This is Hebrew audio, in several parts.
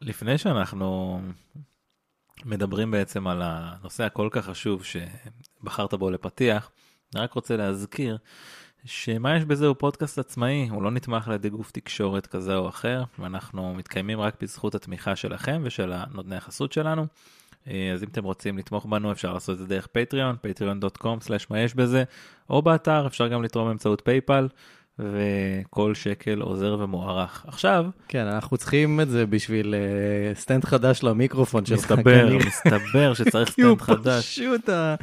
לפני שאנחנו מדברים בעצם על הנושא הכל כך חשוב שבחרת בו לפתיח, אני רק רוצה להזכיר שמה יש בזה הוא פודקאסט עצמאי, הוא לא נתמך על ידי גוף תקשורת כזה או אחר, ואנחנו מתקיימים רק בזכות התמיכה שלכם ושל נותני החסות שלנו. אז אם אתם רוצים לתמוך בנו אפשר לעשות את זה דרך פטריון, patreon.com/מה יש בזה, או באתר אפשר גם לתרום באמצעות פייפל. וכל שקל עוזר ומוערך. עכשיו, כן, אנחנו צריכים את זה בשביל אה, סטנד חדש למיקרופון שלך. מסתבר, כנראה. מסתבר שצריך כי הוא סטנד חדש. פשוט, ה-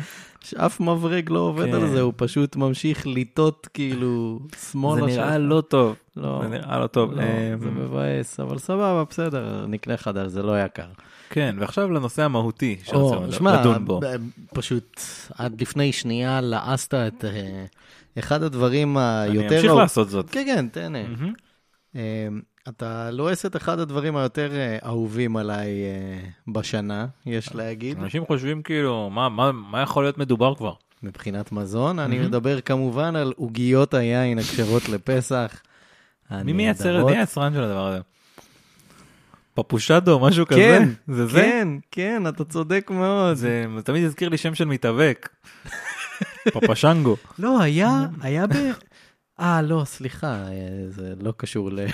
אף מברג לא עובד כן. על זה, הוא פשוט ממשיך לטעות כאילו זה שמאלה נראה שלך. לא טוב, לא, זה נראה לא טוב. לא, אה, זה מבאס, אבל סבבה, בסדר, נקנה חדש, זה לא יקר. כן, ועכשיו לנושא המהותי או, שרצינו שמע, לדון בו. ב- פשוט עד לפני שנייה לעסת את אה, אחד הדברים היותר... אני אמשיך לא- לעשות זאת. כן, כן, תהנה. מהמם. אה, אתה לועס את אחד הדברים היותר אה, אהובים עליי אה, בשנה, יש להגיד, אנשים חושבים כאילו, מה- מה מה יכול להיות מדובר כבר? מבחינת מזון. אני מדבר כמובן על עוגיות היין הכשרות לפסח. מי מייצר את הנהדרות. מי היצרן של הדבר הזה? פפושדו, משהו כזה? כן, זה זה? כן, כן, אתה צודק מאוד. זה זה תמיד הזכיר לי שם של מתאבק. פפשנגו. לא, היה, היה ב... אה, לא, סליחה, אה, זה לא קשור ל...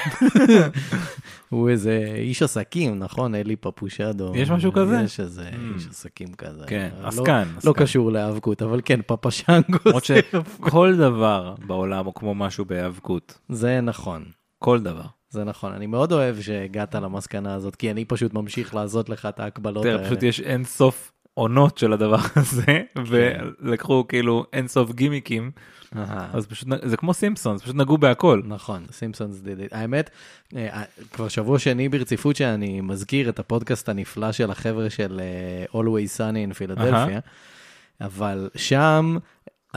הוא איזה איש עסקים, נכון? אלי פפושדו. אה, יש משהו כזה? יש איזה Mm. איש עסקים כזה. כן, לא- עסקן, לא עסקן. קשור להיאבקות, אבל כן, פפשנגו למרות זה- שכל דבר בעולם הוא כמו משהו בהיאבקות. זה נכון. כל דבר. זה נכון, אני מאוד אוהב שהגעת למסקנה הזאת, כי אני פשוט ממשיך לעשות לך את ההקבלות תראה, האלה. פשוט יש אין סוף עונות של הדבר הזה, ולקחו כאילו אין סוף גימיקים, אהה. אז פשוט, נ- זה כמו סימפסון, פשוט נגעו בהכל. נכון, סימפסונס did it. האמת, אה, אה, כבר שבוע שני ברציפות שאני מזכיר את הפודקאסט הנפלא של החבר'ה של אה, Always Sunny in פילדלפיה, אבל שם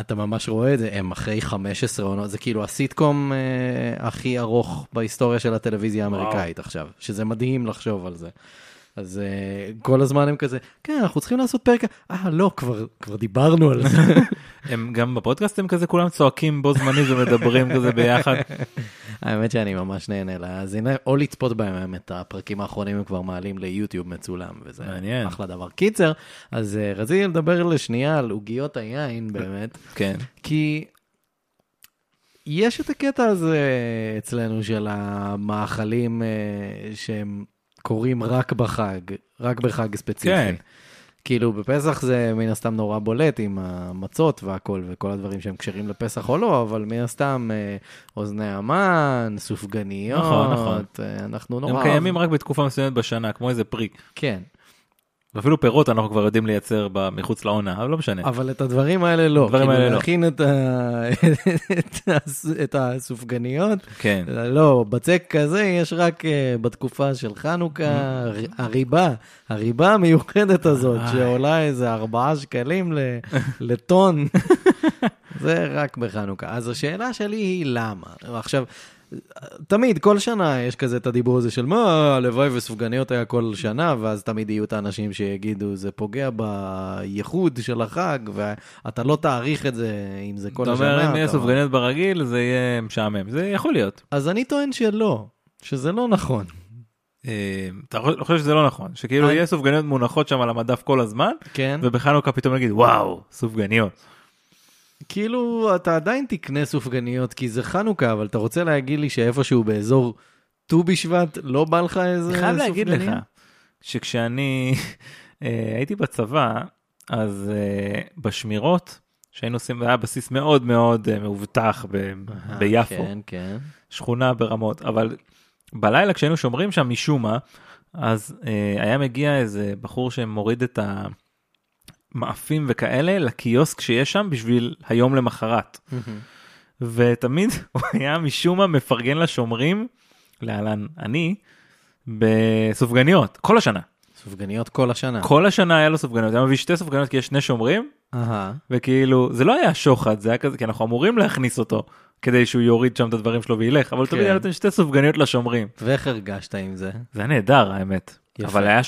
אתה ממש רואה את זה, הם אחרי 15 עונות, זה כאילו הסיטקום אה, הכי ארוך בהיסטוריה של הטלוויזיה האמריקאית עכשיו, שזה מדהים לחשוב על זה. אז אה, כל הזמן הם כזה, כן, אנחנו צריכים לעשות פרק, אה, לא, כבר, כבר דיברנו על זה. הם גם בפודקאסט הם כזה כולם צועקים בו זמנית ומדברים כזה ביחד. האמת שאני ממש נהנה להאזין, או לצפות בהם, האמת, הפרקים האחרונים הם כבר מעלים ליוטיוב מצולם, וזה מעניין. אחלה דבר. קיצר, אז אה, רציתי לדבר לשנייה על עוגיות היין באמת, כן. כי יש את הקטע הזה אצלנו של המאכלים אה, שהם קורים רק בחג, רק בחג ספציפי. כן. כאילו בפסח זה מן הסתם נורא בולט עם המצות והכל וכל הדברים שהם כשרים לפסח או לא, אבל מן הסתם אה, אוזני המן, סופגניות, נכון, נכון. אה, אנחנו נורא... הם קיימים רק בתקופה מסוימת בשנה, כמו איזה פרי. כן, ואפילו פירות אנחנו כבר יודעים לייצר ב- מחוץ לעונה, אבל לא משנה. אבל את הדברים האלה לא. הדברים כאילו, האלה לא. להכין את, ה... את, הס... את הסופגניות, כן. לא, בצק כזה יש רק אה, בתקופה של Mm. חנוכה, הר- הריבה, הריבה המיוחדת הזאת, איי. שעולה איזה ארבעה שקלים ל- לטון, זה רק בחנוכה. אז השאלה שלי היא למה. עכשיו, תמיד, כל שנה יש כזה את הדיבור הזה של מה, הלוואי וסופגניות היה כל שנה, ואז תמיד יהיו את האנשים שיגידו, זה פוגע בייחוד של החג, ואתה לא תעריך את זה אם זה כל אתה השנה. אומר אם יהיה אתה- לא סופגניות ברגיל זה יהיה משעמם, זה יכול להיות. אז אני טוען שלא, שזה לא נכון. אה, אתה חו- חושב שזה לא נכון, שכאילו אני- יהיה סופגניות מונחות שם על המדף כל הזמן, כן? ובחנוכה פתאום נגיד וואו, סופגניות. כאילו, אתה עדיין תקנה סופגניות, כי זה חנוכה, אבל אתה רוצה להגיד לי שאיפשהו באזור ט"ו בשבט לא בא לך איזה אני סופגניה? חייב להגיד לך שכשאני אה, הייתי בצבא אז אה, בשמירות שהיינו עושים זה היה בסיס מאוד מאוד אה, מאובטח ב- אה, ביפו כן, כן. שכונה ברמות אבל בלילה כשהיינו שומרים שם משום מה אז אה, היה מגיע איזה בחור שמוריד את המאפים וכאלה לקיוסק שיש שם בשביל היום למחרת. ותמיד הוא היה משום מה מפרגן לשומרים, להלן אני, בסופגניות, כל השנה. סופגניות כל השנה. כל השנה היה לו סופגניות, היה מביא שתי סופגניות כי יש שני שומרים, אהה. וכאילו, זה לא היה שוחד, זה היה כזה, כי אנחנו אמורים להכניס אותו, כדי שהוא יוריד שם את הדברים שלו וילך, אבל תמיד כן. היה נותן שתי סופגניות לשומרים. ואיך הרגשת עם זה? זה היה נהדר האמת, יפה. אבל היה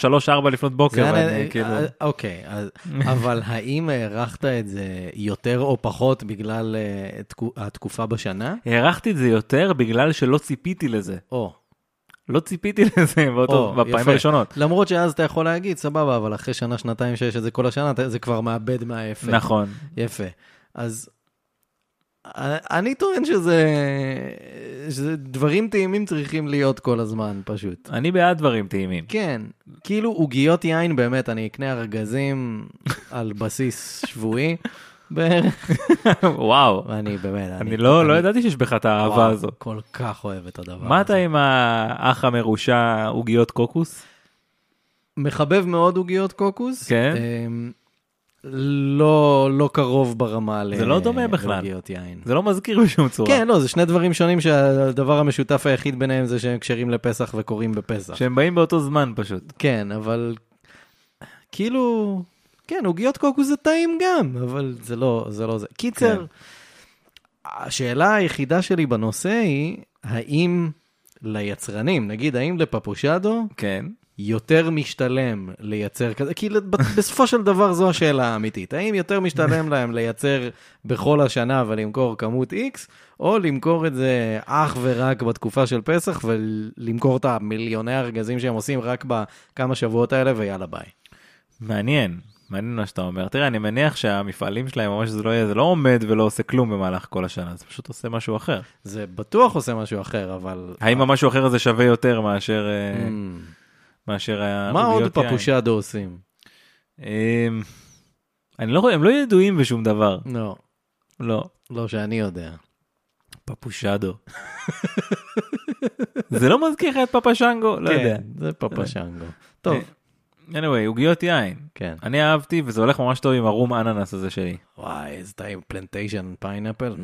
3-4 לפנות בוקר, זה היה- ואני כאילו, אה, אוקיי, אז- אבל האם הערכת את זה יותר או פחות בגלל אה, תקו- התקופה בשנה? הערכתי את זה יותר בגלל שלא ציפיתי לזה. או, לא ציפיתי לזה באותו- או, בפעמים יפה. הראשונות. למרות שאז אתה יכול להגיד, סבבה, אבל אחרי שנה, שנתיים שיש את זה כל השנה, אתה- זה כבר מאבד מהאפקט. נכון. יפה. אז אה, אני טוען שזה... שזה דברים טעימים צריכים להיות כל הזמן, פשוט. אני בעד דברים טעימים. כן, כאילו עוגיות יין, באמת, אני אקנה ארגזים על בסיס שבועי בערך, וואו. ואני באמת, אני לא לא ידעתי שיש בך את האהבה וואו, הזו. כל כך אוהב את הדבר הזה. מה אתה עם האח המרושע עוגיות קוקוס? מחבב מאוד עוגיות קוקוס. כן. אמ, לא, לא קרוב ברמה ל- זה לא דומה בכלל. לעוגיות יין. זה לא מזכיר בשום צורה. כן, לא, זה שני דברים שונים שהדבר המשותף היחיד ביניהם זה שהם כשרים לפסח וקוראים בפסח. שהם באים באותו זמן פשוט. כן, אבל כאילו, כן, עוגיות קוקוס זה טעים גם, אבל זה לא זה. לא זה. קיצר, כן. השאלה היחידה שלי בנושא היא, האם ליצרנים, נגיד, האם לפפושדו כן. יותר משתלם לייצר כזה, כי לת- בסופו של דבר זו השאלה האמיתית, האם יותר משתלם להם לייצר בכל השנה ולמכור כמות X, או למכור את זה אך ורק בתקופה של פסח ולמכור את המיליוני הארגזים שהם עושים רק בכמה שבועות האלה ויאללה ביי. מעניין, מעניין מה שאתה אומר. תראה, אני מניח שהמפעלים שלהם, או מה שזה לא יהיה, זה לא עומד ולא עושה כלום במהלך כל השנה, זה פשוט עושה משהו אחר. זה בטוח עושה משהו אחר, אבל... האם המשהו אחר הזה שווה יותר מאשר Mm. אה, מאשר מה עוד העוגיות אה, יין? פפושדו עושים? אמ, אני לא רואה, הם לא ידועים בשום דבר. לא, לא. לא שאני יודע. פפושדו. זה לא מזכיר לך את פפשנגו? לא יודע. אה, כן, זה פפשנגו. טוב, anyway, עוגיות יין. כן. אני אהבתי, וזה הולך ממש טוב עם הרום אננס הזה שלי. וואי, איזה טעים, פלנטיישן, פיינאפל.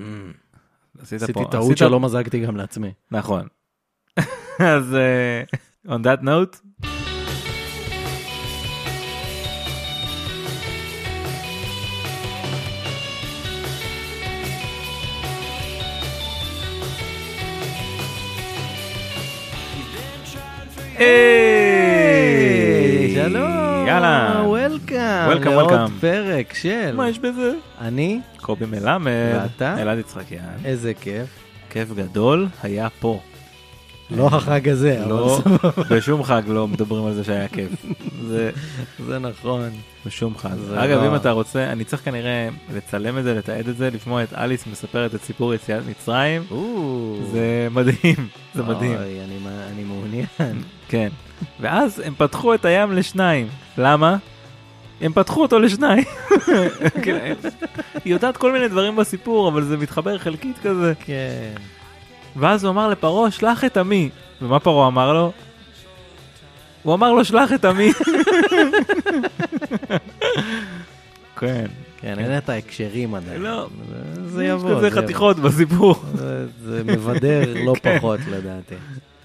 עשית עשיתי Mm. פה- טעות עשית- שלא מזגתי גם לעצמי. נכון. אז אה, on that note, היי! שלום, יאללה. וולקאם, Welcome, לעוד welcome. פרק של מה יש בזה? אני, קובי מלמד. ואתה? אלעד יצחקיאן. איזה כיף, כיף גדול היה פה. לא החג הזה, אבל לא, סבבה, בשום חג לא מדברים על זה שהיה כיף. זה זה נכון, בשום חג. זה אגב, לא. אם אתה רוצה, אני צריך כנראה לצלם את זה, לתעד את זה, לשמוע את אליס מספרת את סיפור יציאת מצרים. זה מדהים, זה מדהים, אוי, אני מה- אני מעוניין, כן. ואז הם פתחו את הים לשניים. למה? הם פתחו אותו לשניים. כן. היא יודעת כל מיני דברים בסיפור, אבל זה מתחבר חלקית כזה. כן, ואז הוא אמר לפרעה, שלח את עמי. ומה פרעה אמר לו? הוא אמר לו, שלח את עמי. כן. כן, אין את ההקשרים עדיין, לא. זה- זה יבוא, יש כזה יבוא. חתיכות בסיפור. זה- זה מבדר לא כן. פחות לדעתי.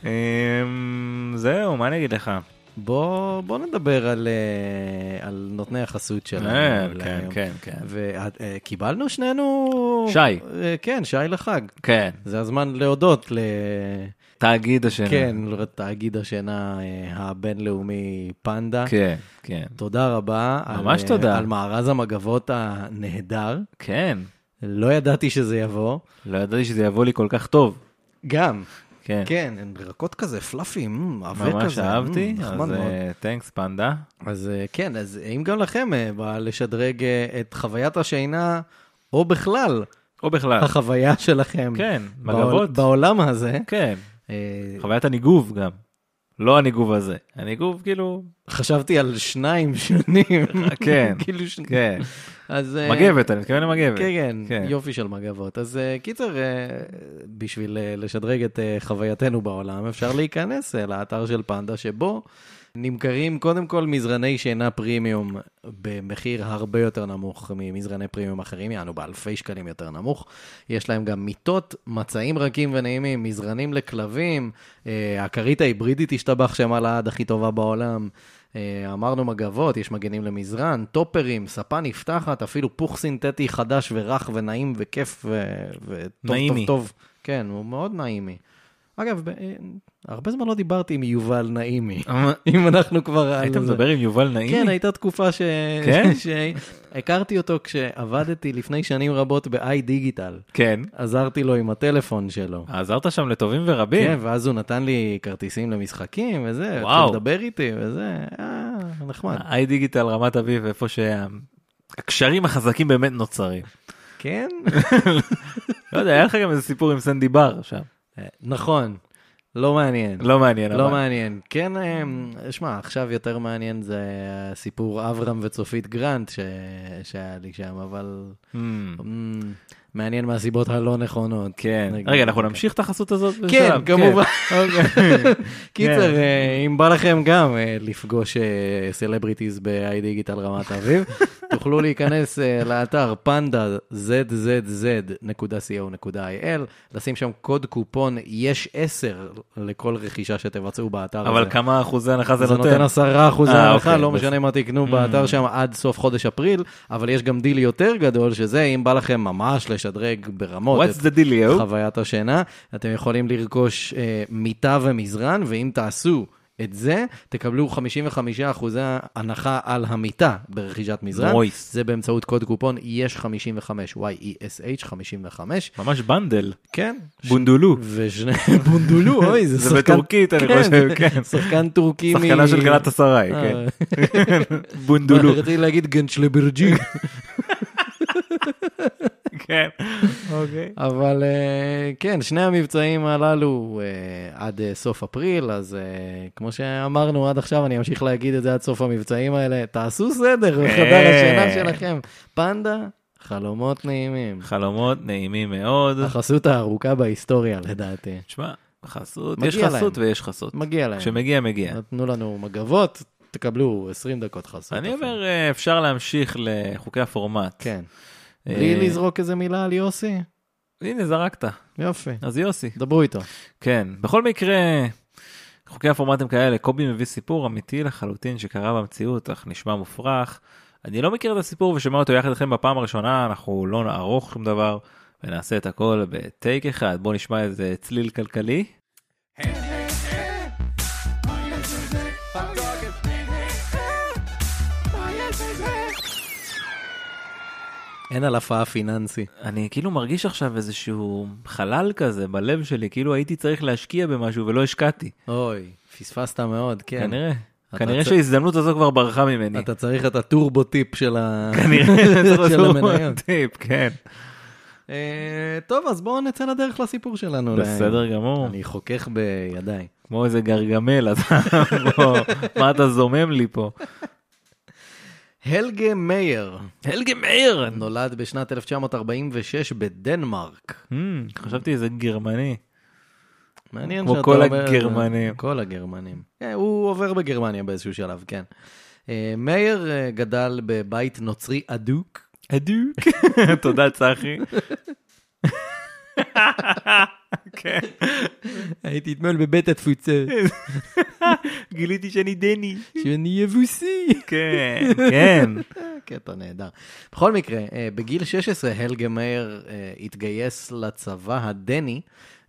אמ, זהו, מה אני אגיד לך? בוא בוא נדבר על אה, על נותני החסות שלנו. כן, כן, להיום. כן, כן. וקיבלנו אה, שנינו... שי. אה, כן, שי לחג. כן, זה הזמן להודות ל... תאגיד השינה. כן, לתאגיד השינה אה, הבינלאומי פנדה. כן, כן, תודה רבה. על, ממש אה, תודה. על מארז המגבות הנהדר. כן. לא ידעתי שזה יבוא. לא ידעתי שזה יבוא לי כל כך טוב. גם. כן. אה, כן, הן ירקות כזה פלאפים, עבה כזה. ממש אהבתי, אמ, נחמד אז מאוד. תנקס פנדה. אז אה, כן, אז אם גם לכם אה, בא לשדרג אה, את חוויית השינה, או בכלל, או בכלל. החוויה שלכם. אה. כן, בעול- מגבות. בעולם הזה. כן. אה, חוויית הניגוב גם. לא הניגוב הזה. הניגוב כאילו... חשבתי על שניים שונים. כן, כאילו ש... כן. אז... אה, מגבת, אני מתכוון למגבת. כן, כן, כן. יופי של מגבות. אז אה, קיצר, אה, בשביל אה, לשדרג את אה, חווייתנו בעולם, אפשר להיכנס אה, לאתר של פנדה, שבו נמכרים קודם כל מזרני שינה פרימיום במחיר הרבה יותר נמוך ממזרני פרימיום אחרים, יענו באלפי שקלים יותר נמוך. יש להם גם מיטות, מצעים רכים ונעימים, מזרנים לכלבים, אה, הכרית ההיברידית השתבח שמה לעד הכי טובה בעולם. אה, אמרנו מגבות, יש מגנים למזרן, טופרים, ספה נפתחת, אפילו פוך סינתטי חדש ורך ונעים וכיף ו- וטוב טוב נעימי. טוב. כן, הוא מאוד נעימי. אגב, ב- אה, הרבה זמן לא דיברתי עם יובל נעימי, אם אנחנו כבר על היית זה. מדבר עם יובל נעים? כן, הייתה תקופה ש... כן? שהכרתי אותו כשעבדתי לפני שנים רבות ב-i דיגיטל. כן. עזרתי לו עם הטלפון שלו. עזרת שם לטובים ורבים. כן, ואז הוא נתן לי כרטיסים למשחקים וזה, וואו. התחיל לדבר איתי וזה, אה, נחמד. איי דיגיטל רמת אביב, איפה שהקשרים החזקים באמת נוצרים. כן? לא יודע, היה לך גם איזה סיפור עם סנדי בר שם. אה, נכון, לא מעניין. לא מעניין, לא אבל. מעניין. כן, אה, שמע, עכשיו יותר מעניין זה הסיפור אברהם וצופית גרנט ש... שהיה לי שם, אבל Hmm, אמ, מעניין מהסיבות הלא נכונות. כן. נגיד, רגע, אנחנו אוקיי. נמשיך את החסות הזאת? כן, בשלב? כמובן. כן. קיצר, אה, אם בא לכם גם אה, לפגוש סלבריטיז ב-i דיגיטל רמת אביב, תוכלו להיכנס אה, לאתר פנדה zzz.co.il, לשים שם קוד קופון יש 10 לכל רכישה שתבצעו באתר הזה. אבל כמה אחוזי הנחה זה זה נותן? נותן 10 אחוזי אה, הנחה, אוקיי, לא בסדר. משנה מה תקנו באתר שם עד סוף חודש אפריל, אבל יש גם דיל יותר גדול, שזה אם בא לכם ממש לשדרג ברמות What's את the deal, yo? חוויית השינה, אתם יכולים לרכוש אה, מיטה ומזרן, ואם תעשו... את זה, תקבלו 55% הנחה על המיטה ברכישת מזרן. Nice. זה באמצעות קוד קופון יש 55, Y-E-S-H 55. ממש בנדל. כן. בונדולו. ושני... בונדולו, אוי, זה זה שחקן... בטורקית, אני כן, חושב, כן. שחקן טורקי מ... שחקנה של גלת אסריי, כן. אה. בונדולו. דולו. רציתי להגיד גנצ'לברג'י, כן. אוקיי. אבל אה, כן, שני המבצעים הללו אה, עד אה, סוף אפריל, אז אה, כמו שאמרנו עד עכשיו, אני אמשיך להגיד את זה עד סוף המבצעים האלה. תעשו סדר בחדר אה. השינה שלכם. פנדה, חלומות נעימים. חלומות נעימים מאוד. החסות הארוכה בהיסטוריה, לדעתי. תשמע, חסות, מגיע יש חסות להם. ויש חסות. מגיע להם. כשמגיע, מגיע. נתנו לנו מגבות, תקבלו 20 דקות חסות. אני אפילו. אומר, אה, אפשר להמשיך לחוקי הפורמט. כן. אה, בלי לזרוק איזה מילה על יוסי? הנה, זרקת. יופי. אז יוסי. דברו איתו. כן, בכל מקרה, חוקי הפורמט הם כאלה, קובי מביא סיפור אמיתי לחלוטין שקרה במציאות, אך נשמע מופרך. אני לא מכיר את הסיפור ושומע אותו יחד איתכם בפעם הראשונה, אנחנו לא נערוך שום דבר ונעשה את הכל בטייק אחד. בואו נשמע איזה צליל כלכלי. אין על הפעה פיננסי. אני כאילו מרגיש עכשיו איזשהו חלל כזה בלב שלי, כאילו הייתי צריך להשקיע במשהו ולא השקעתי. אוי, פספסת מאוד, כן. כנראה, אתה כנראה צ- שההזדמנות הזו כבר ברחה ממני. אתה צריך את הטורבו טיפ של ה... כנראה זה של המניות. טיפ, כן. אה, טוב, אז בואו נצא לדרך לסיפור שלנו. בסדר להיום. גמור. אני חוכך בידיי. כמו איזה גרגמל, אתה פה, מה אתה זומם לי פה? הלגה מאייר הלגה מאיר! נולד בשנת 1946 בדנמרק. אמ, חשבתי איזה גרמני. מעניין כמו שאתה כל אומר... הגרמנים. כל הגרמנים. אה, הוא עובר בגרמניה באיזשהו שלב, כן. אה, מאייר אה, גדל בבית נוצרי אדוק. אדוק. תודה, צחי. כן, הייתי אתמול בבית התפוצה, גיליתי שאני דני. שאני יבוסי. כן, כן. קטע נהדר. בכל מקרה, אה, בגיל 16 הלגה מאיר אה, התגייס לצבא הדני,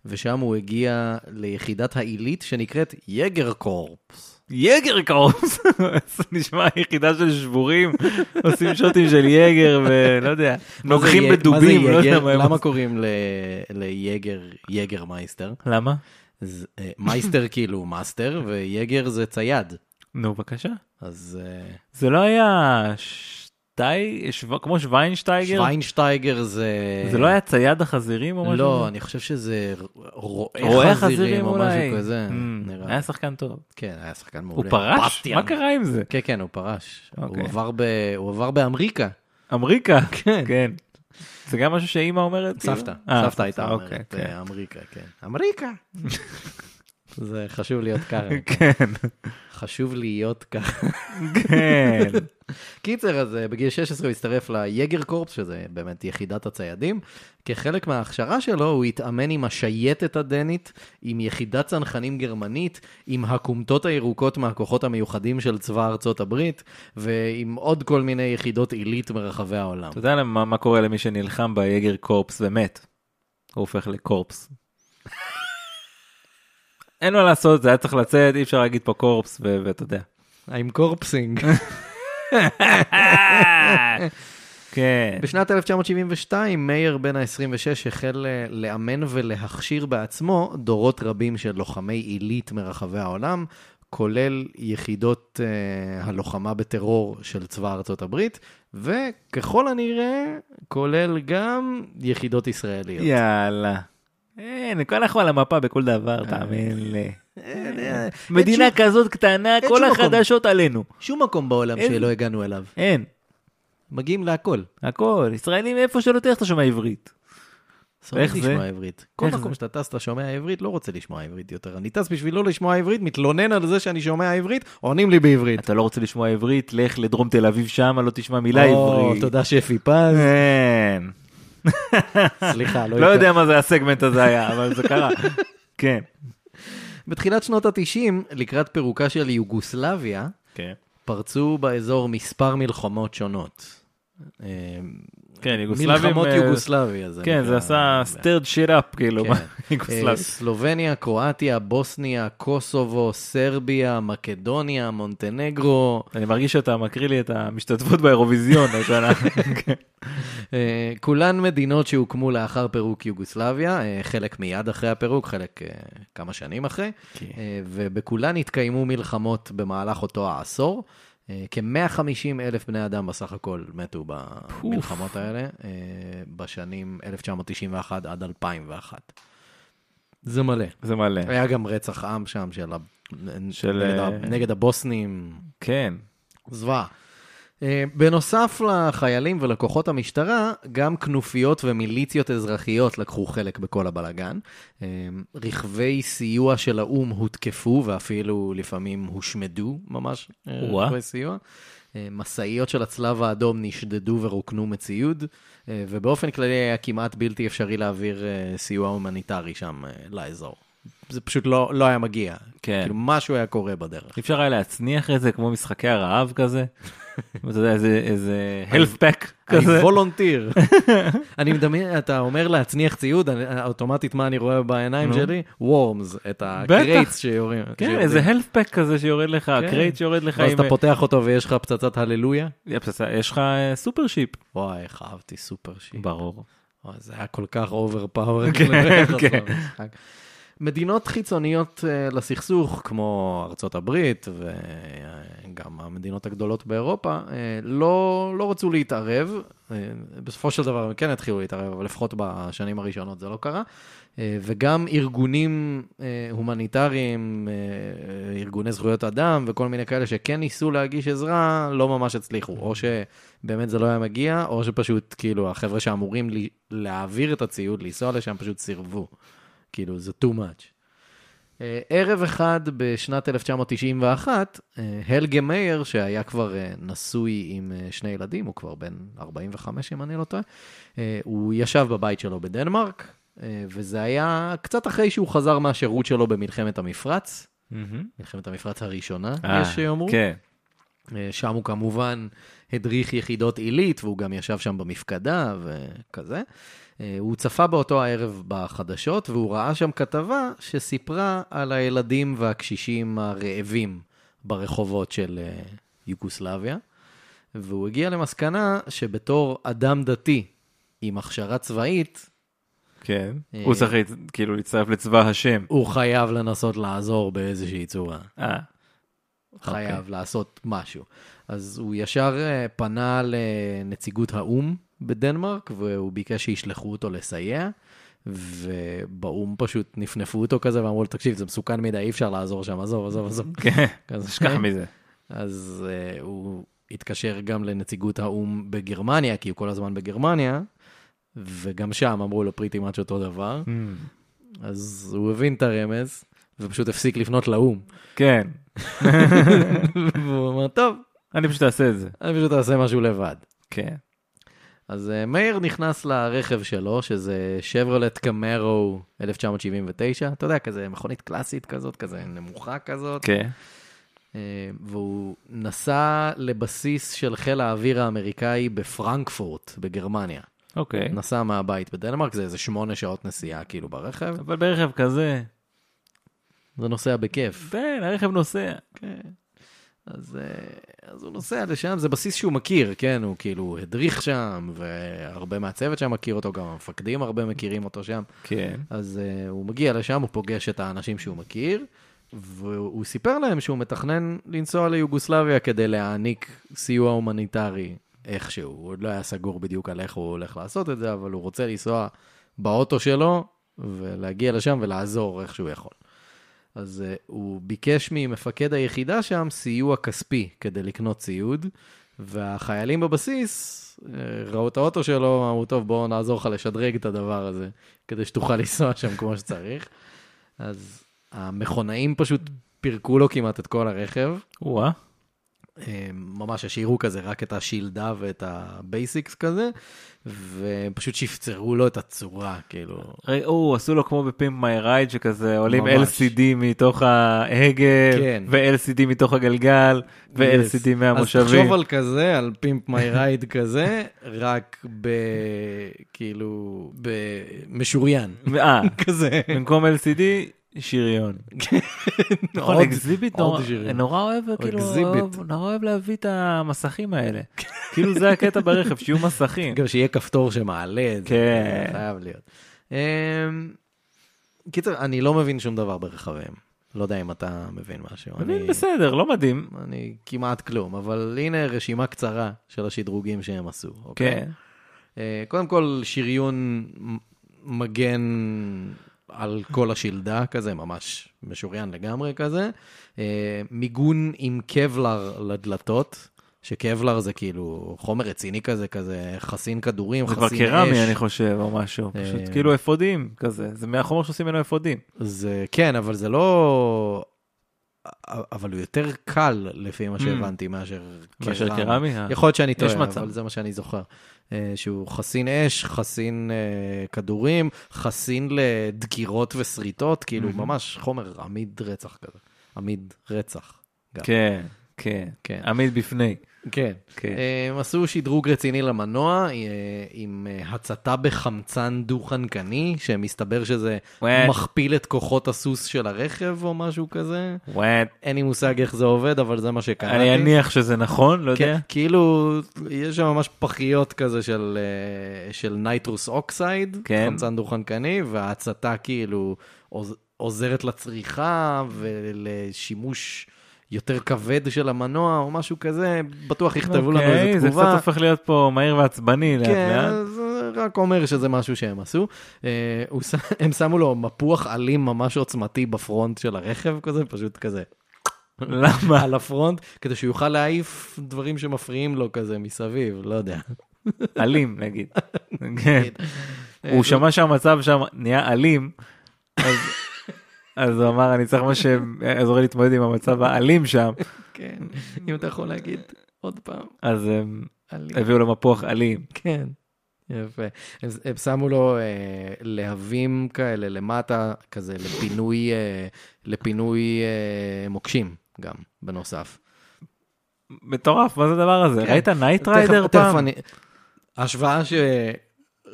ושם הוא הגיע ליחידת העילית שנקראת יגר קורפס. יגר קורס, זה נשמע יחידה של שבורים, עושים שוטים של יגר ולא יודע, נוגחים מה זה יג- בדובים, מה לא זה יודע יגר? מה הם למה עושים. קוראים ל- ליגר יגר מייסטר? למה? אז, אה, מייסטר כאילו מאסטר, ויגר זה צייד. נו, בבקשה. אז אה, זה לא היה שטי... שו... כמו שוויינשטייגר? שוויינשטייגר זה... זה לא היה צייד החזירים או משהו? לא, כזה? אני חושב שזה רואה רואה חזירים חזירים או אולי. משהו כזה. Mm, נראה לי. היה שחקן טוב. כן, היה שחקן הוא מעולה. פרש? בסטיאן. מה קרה עם זה? כן, כן, הוא פרש. אוקיי. הוא, עבר ב... הוא עבר באמריקה. אמריקה. כן. כן. זה גם משהו שאימא אומרת? כאילו? סבתא, אה, סבתא הייתה אוקיי, אומרת כן. אה, אמריקה, כן. אמריקה. זה חשוב להיות ככה. כן, חשוב להיות ככה. כן. קיצר, אז אה, בגיל 16 הוא הצטרף ליגר קורפס, שזה באמת יחידת הציידים. כחלק מההכשרה שלו, הוא התאמן עם השייטת הדנית, עם יחידת צנחנים גרמנית, עם הכומתות הירוקות מהכוחות המיוחדים של צבא ארצות הברית, ועם עוד כל מיני יחידות עילית מרחבי העולם. אתה יודע למה- מה קורה למי שנלחם ביגר קורפס ומת? הוא הופך לקורפס. אין מה לעשות, זה היה צריך לצאת, אי אפשר להגיד פה קורפס, ו- ואתה יודע. I'm קורפסינג. אה! כן. בשנת 1972, מאיר בן ה-26 החל אה, לאמן ולהכשיר בעצמו דורות רבים של לוחמי עילית מרחבי העולם, כולל יחידות אה, הלוחמה בטרור של צבא ארצות הברית, וככל הנראה, כולל גם יחידות ישראליות. יאללה. אין, כל אנחנו על המפה בכל דבר, תאמין לי. אין, אה, מדינה אין שום- כזאת קטנה, אין כל שום מקום. החדשות עלינו. שום מקום בעולם אין. שלא הגענו אליו. אין, מגיעים להכל. הכל. ישראלים איפה שלא תלך אתה שומע עברית. שונא זה? לשמוע עברית. כל איך מקום זה? שאתה טס, אתה שומע עברית, לא רוצה לשמוע עברית יותר. אני טס בשביל לא לשמוע עברית, מתלונן על זה שאני שומע עברית, עונים לי בעברית. אתה לא רוצה לשמוע עברית, לך לדרום תל אביב שם, לא תשמע מילה או, עברית. תודה שפי פז. אין. סליחה, לא לא יודע. יודע מה זה הסגמנט הזה היה, אבל זה קרה. כן. בתחילת שנות ה-90, לקראת פירוקה של יוגוסלביה, כן. פרצו באזור מספר מלחמות שונות. אה, כן, יוגוסלבים... מלחמות אה, יוגוסלביה. כן, נקרא. זה עשה stirred shit up, כאילו, כן. אה, ביוגוסלביה. סלובניה, קרואטיה, בוסניה, קוסובו, סרביה, מקדוניה, מונטנגרו, אני מרגיש שאתה מקריא לי את המשתתפות באירוויזיון השנה. כן. אה, כולן מדינות שהוקמו לאחר פירוק יוגוסלביה, אה, חלק מיד אחרי הפירוק, חלק אה, כמה שנים אחרי, כן. אה, ובכולן התקיימו מלחמות במהלך אותו העשור. אה, כ-150 אלף בני אדם בסך הכל מתו במלחמות האלה אה, בשנים 1991 עד 2001. זה מלא. זה מלא. היה גם רצח עם שם של... ה- כן. של, נגד ה- אה, נגד הבוסנים. כן. זוועה. אה, בנוסף לחיילים ולכוחות המשטרה, גם כנופיות ומיליציות אזרחיות לקחו חלק בכל הבלגן. אה, רכבי סיוע של האו"ם הותקפו ואפילו לפעמים הושמדו ממש אה, וואה. רכבי סיוע. אה, משאיות של הצלב האדום נשדדו ורוקנו מציוד, אה, ובאופן כללי היה כמעט בלתי אפשרי להעביר אה, סיוע הומניטרי שם אה, לאזור. זה פשוט לא, לא היה מגיע. כן. כאילו משהו היה קורה בדרך. אי אפשר היה להצניח את זה כמו משחקי הרעב כזה. אתה יודע, איזה- איזה health pack כזה. אני וולונטיר. אני מדמיין, אתה אומר להצניח ציוד, אני- אוטומטית מה אני רואה בעיניים נו. שלי? וורמס, את בטח. הקרייטס שיורים. כן, שיורדים. איזה health pack כזה שיורד לך, כן. קרייט שיורד לך ואז עם... אתה פותח אותו ויש לך פצצת הללויה? אה, פצצה, יש לך אה, סופר שיפ. וואי, איך אהבתי סופר שיט. ברור. וואי, זה היה כל כך אובר פאוור. כן, כן. מדינות חיצוניות אה, לסכסוך, כמו ארצות הברית וגם המדינות הגדולות באירופה, אה, לא, לא רצו להתערב. אה, בסופו של דבר הם כן התחילו להתערב, אבל לפחות בשנים הראשונות זה לא קרה. אה, וגם ארגונים אה, הומניטריים, אה, ארגוני זכויות אדם וכל מיני כאלה שכן ניסו להגיש עזרה, לא ממש הצליחו. או שבאמת זה לא היה מגיע, או שפשוט כאילו החבר'ה שאמורים לי- להעביר את הציוד, לנסוע לשם, פשוט סירבו. כאילו, זה too much. אה, ערב אחד בשנת 1991, אה, הלגה מאיר, שהיה כבר אה, נשוי עם אה, שני ילדים, הוא כבר בן 45 אם אני לא טועה, אה, הוא ישב בבית שלו בדנמרק, אה, וזה היה קצת אחרי שהוא חזר מהשירות שלו במלחמת המפרץ, מלחמת המפרץ הראשונה, אה, יש שיאמרו. כן. אה, שם הוא כמובן הדריך יחידות עילית, והוא גם ישב שם במפקדה וכזה. אה, הוא צפה באותו הערב בחדשות, והוא ראה שם כתבה שסיפרה על הילדים והקשישים הרעבים ברחובות של אה, יוגוסלביה. והוא הגיע למסקנה שבתור אדם דתי עם הכשרה צבאית, כן. אה, הוא צריך להצ- כאילו להצטרף לצבא השם. הוא חייב לנסות לעזור באיזושהי צורה. אה, אוקיי. חייב לעשות משהו. אז הוא ישר אה, פנה לנציגות האו"ם בדנמרק, והוא ביקש שישלחו אותו לסייע, ובאו"ם פשוט נפנפו אותו כזה ואמרו לו, תקשיב, זה מסוכן מדי, אי אפשר לעזור שם, עזוב, עזוב, עזוב. כן. כזה תשכח מזה. אז uh, הוא התקשר גם לנציגות האו"ם בגרמניה, כי הוא כל הזמן בגרמניה, וגם שם אמרו לו פריטי מאץ' אותו דבר, אז הוא הבין את הרמז, ופשוט הפסיק לפנות לאו"ם. כן. והוא אמר, טוב, אני פשוט אעשה את זה. אני פשוט אעשה משהו לבד. כן. אז אה, מאיר נכנס לרכב שלו, שזה שברולט קמרו 1979, אתה יודע, כזה מכונית קלאסית כזאת, כזה נמוכה כזאת, כן. אה, והוא נסע לבסיס של חיל האוויר האמריקאי בפרנקפורט, בגרמניה. אוקיי. נסע מהבית בדנמרק, זה איזה שמונה שעות נסיעה כאילו ברכב. אבל ברכב כזה, זה נוסע בכיף. כן, הרכב נוסע. כן. אז, אה, אז הוא נוסע לשם, זה בסיס שהוא מכיר, כן? הוא כאילו הדריך שם, והרבה מהצוות שם מכיר אותו, גם המפקדים הרבה מכירים אותו שם. כן. אז uh, הוא מגיע לשם, הוא פוגש את האנשים שהוא מכיר, והוא סיפר להם שהוא מתכנן לנסוע ליוגוסלביה כדי להעניק סיוע הומניטרי איכשהו. הוא עוד לא היה סגור בדיוק על איך הוא הולך לעשות את זה, אבל הוא רוצה לנסוע באוטו שלו ולהגיע לשם ולעזור איך שהוא יכול. אז uh, הוא ביקש ממפקד היחידה שם סיוע כספי כדי לקנות ציוד, והחיילים בבסיס אה, ראו את האוטו שלו, אמרו, טוב, בואו נעזור לך לשדרג את הדבר הזה, כדי שתוכל לנסוע שם כמו שצריך. אז המכונאים פשוט פירקו לו כמעט את כל הרכב, או-אה. אה, ממש השאירו כזה רק את השילדה ואת הבייסיקס כזה, ופשוט שפצרו לו את הצורה, כאילו. רגע, או, עשו לו כמו בפימפ מי רייד, שכזה עולים ממש. LCD מתוך ההגה, כן. ו-LCD מתוך הגלגל, ו-LCD Yes. אז מהמושבים. תחשוב על כזה, על פימפ מי רייד כזה, רק ב... כאילו, במשוריין. אה, כזה. במקום LCD, שריון. נכון, עוד- אקזיביט עוד נורא- שריון. נורא אוהב, כאילו, אקזיביט. אוהב- נורא אוהב להביא את המסכים האלה. כאילו זה הקטע ברכב, שיהיו מסכים. גם שיהיה כפתור שמעלה את זה. כן. זה חייב להיות. אמ, קיצר, אני לא מבין שום דבר ברכבים. לא יודע אם אתה מבין משהו. מבין, אני- בסדר, לא מדהים. אני כמעט כלום, אבל הנה רשימה קצרה של השדרוגים שהם עשו. אוקיי? כן. אה, קודם כל, שריון מ- מגן על כל השלדה כזה, ממש משוריין לגמרי כזה. אה, מיגון עם קבלר לדלתות, שקבלר זה כאילו חומר רציני כזה, כזה חסין כדורים, זה כבר חסין אש. קרמי, אני חושב, או משהו. פשוט אה. כאילו אפודים כזה. זה מהחומר שעושים ממנו אפודים. זה כן, אבל זה לא... אבל הוא יותר קל, לפי מה שהבנתי, מאשר קרמי. Mm. מאשר קרמי? אה. יכול להיות שאני יש טועה, מצב. אבל זה מה שאני זוכר. אה, שהוא חסין אש, חסין אה, כדורים, חסין לדקירות וסריטות, כאילו ממש חומר עמיד רצח כזה. עמיד רצח. גם. כן, כן. כן. עמיד בפני. כן. כן. הם עשו שדרוג רציני למנוע אה, עם אה, הצתה בחמצן דו-חנקני, שמסתבר שזה וואט. מכפיל את כוחות הסוס של הרכב או משהו כזה. וואט. אין לי מושג איך זה עובד, אבל זה מה שקראתי. אני אניח שזה נכון, לא כן, יודע. כאילו, יש שם ממש פחיות כזה של, אה, של נייטרוס אוקסייד, כן. חמצן דו-חנקני, וההצתה כאילו עוז, עוזרת לצריכה ולשימוש יותר כבד של המנוע או משהו כזה, בטוח יכתבו לנו אוקיי, איזה זה תגובה. קצת הופך להיות פה מהיר ועצבני לאט כן, לאט. זה רק אומר שזה משהו שהם עשו. אה, הוא ש- הם שמו לו מפוח עלים ממש עוצמתי בפרונט של הרכב כזה, פשוט כזה למה? על הפרונט, כדי שהוא יוכל להעיף דברים שמפריעים לו כזה מסביב, לא יודע. אלים נגיד. כן. אה, הוא שמע שהמצב שם נהיה אלים, אז- אז הוא אמר אני צריך מה שעזור לי להתמודד עם המצב האלים שם, כן, אם אתה יכול להגיד עוד פעם, אז הם עלים. הביאו לו מפוח אלים. אה, כן, יפה. הם, הם שמו לו אה, להבים כאלה למטה, כזה לפינוי, אה, לפינוי אה, מוקשים גם, בנוסף. מטורף, מה זה הדבר הזה? כן. ראית נייט תכף- ריידר תכף פעם? אני- השוואה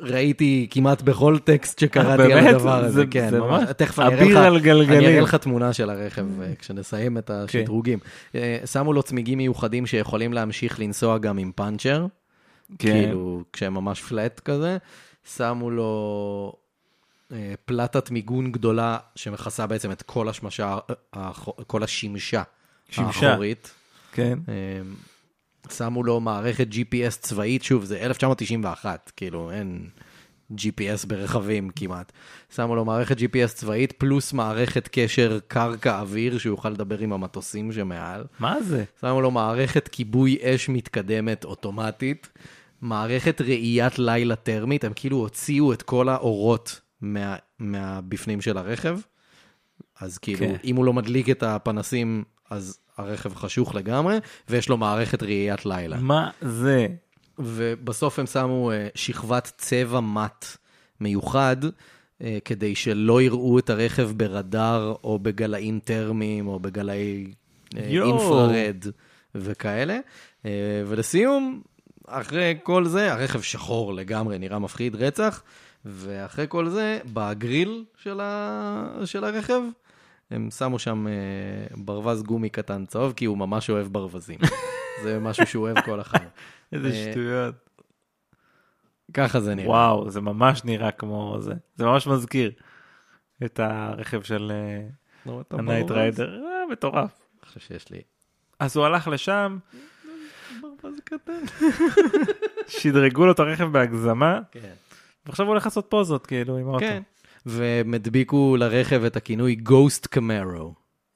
שראיתי כמעט בכל טקסט שקראתי על באמת? הדבר הזה, זה- כן, זה ממש, ממש- תכף אני אראה אביר לך. על אני אראה גלגלים. לך תמונה של הרכב אה, כשנסיים את השדרוגים. כן. אה, שמו לו צמיגים מיוחדים שיכולים להמשיך לנסוע גם עם פאנצ'ר, כן. כאילו כשהם ממש פלט כזה. שמו לו אה, פלטת מיגון גדולה שמכסה בעצם את כל השמשה, אה, האח- כל השמשה שמשה. האחורית. כן. אמ, שמו לו מערכת GPS צבאית, שוב, זה 1991, כאילו, אין GPS ברכבים כמעט. שמו לו מערכת GPS צבאית, פלוס מערכת קשר קרקע-אוויר, שהוא יוכל לדבר עם המטוסים שמעל. מה זה? שמו לו מערכת כיבוי אש מתקדמת אוטומטית, מערכת ראיית לילה טרמית, הם כאילו הוציאו את כל האורות מה, מהבפנים של הרכב, אז כאילו, כן. okay. אם הוא לא מדליק את הפנסים, אז הרכב חשוך לגמרי, ויש לו מערכת ראיית לילה. מה זה? ובסוף הם שמו אה, שכבת צבע מט מיוחד, אה, כדי שלא יראו את הרכב ברדאר או בגלאים טרמיים או בגלאי אה, יואו. אינפרארד וכאלה. אה, ולסיום, אחרי כל זה, הרכב שחור לגמרי, נראה מפחיד רצח, ואחרי כל זה, בגריל של, ה... של הרכב, הם שמו שם אה, ברווז גומי קטן צהוב, כי הוא ממש אוהב ברווזים. זה משהו שהוא אוהב כל החיים. איזה שטויות. ככה זה אה, נראה. וואו, זה ממש נראה כמו זה. זה ממש מזכיר את הרכב של אה, נו, אתה הנייט ברווז. ריידר. אה, מטורף. אני חושב שיש לי אז הוא הלך לשם, ברווז קטן. שדרגו לו את הרכב בהגזמה, כן. ועכשיו הוא הולך לעשות פוזות, כאילו, עם האוטו. כן. והם הדביקו לרכב את הכינוי Ghost Camaro.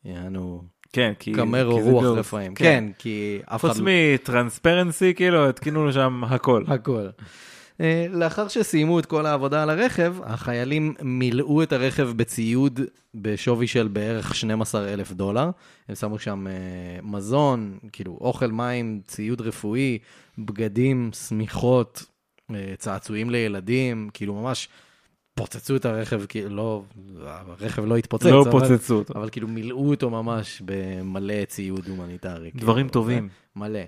יענו, כן, כי... קמרו כי זה רוח גאוס. רפאים. כן, כי אף אחד חוץ מטרנספרנסי, כאילו, התקינו לו שם הכל. הכל. אה, לאחר שסיימו את כל העבודה על הרכב, החיילים מילאו את הרכב בציוד בשווי של בערך 12 אלף דולר. הם שמו שם אה, מזון, כאילו אוכל, מים, ציוד רפואי, בגדים, שמיכות, אה, צעצועים לילדים, כאילו ממש פוצצו את הרכב, כאילו לא, הרכב לא התפוצץ, לא אבל- פוצצו אותו. אבל כאילו מילאו אותו ממש במלא ציוד הומניטרי. כאילו, דברים זה- טובים. מלא.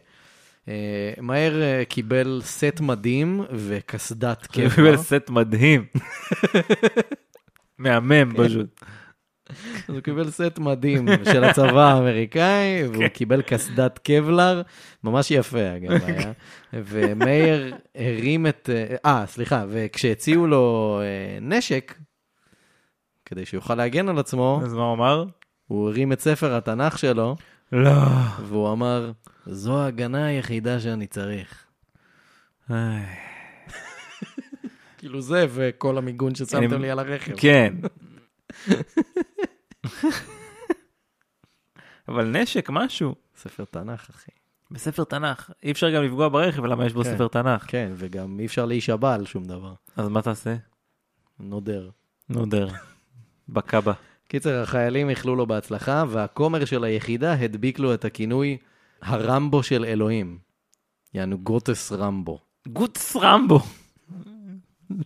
אה, מהר אה, קיבל סט מדים וקסדת הוא קבע. קיבל כאילו, סט מדהים. מהמם כן. פשוט. אז הוא קיבל סט מדהים של הצבא האמריקאי, כן. והוא קיבל קסדת קבלר, ממש יפה אגב היה. ומאיר הרים את... אה, אה, סליחה, וכשהציעו לו אה, נשק, כדי שיוכל להגן על עצמו, אז מה הוא אמר? הוא הרים את ספר התנ"ך שלו, לא. והוא אמר, זו ההגנה היחידה שאני צריך. איי. כאילו זה, וכל המיגון ששמתם אני- לי על הרכב. כן. אבל נשק, משהו. ספר תנ"ך, אחי. בספר תנ"ך. אי אפשר גם לפגוע ברכב, למה יש בו כן. ספר תנ"ך? כן, וגם אי אפשר להישבע על שום דבר. אז מה תעשה? נודר. נודר. בקאבה. קיצר, החיילים איחלו לו בהצלחה, והכומר של היחידה הדביק לו את הכינוי הרמבו של אלוהים. יענו גוטס רמבו. גוטס רמבו.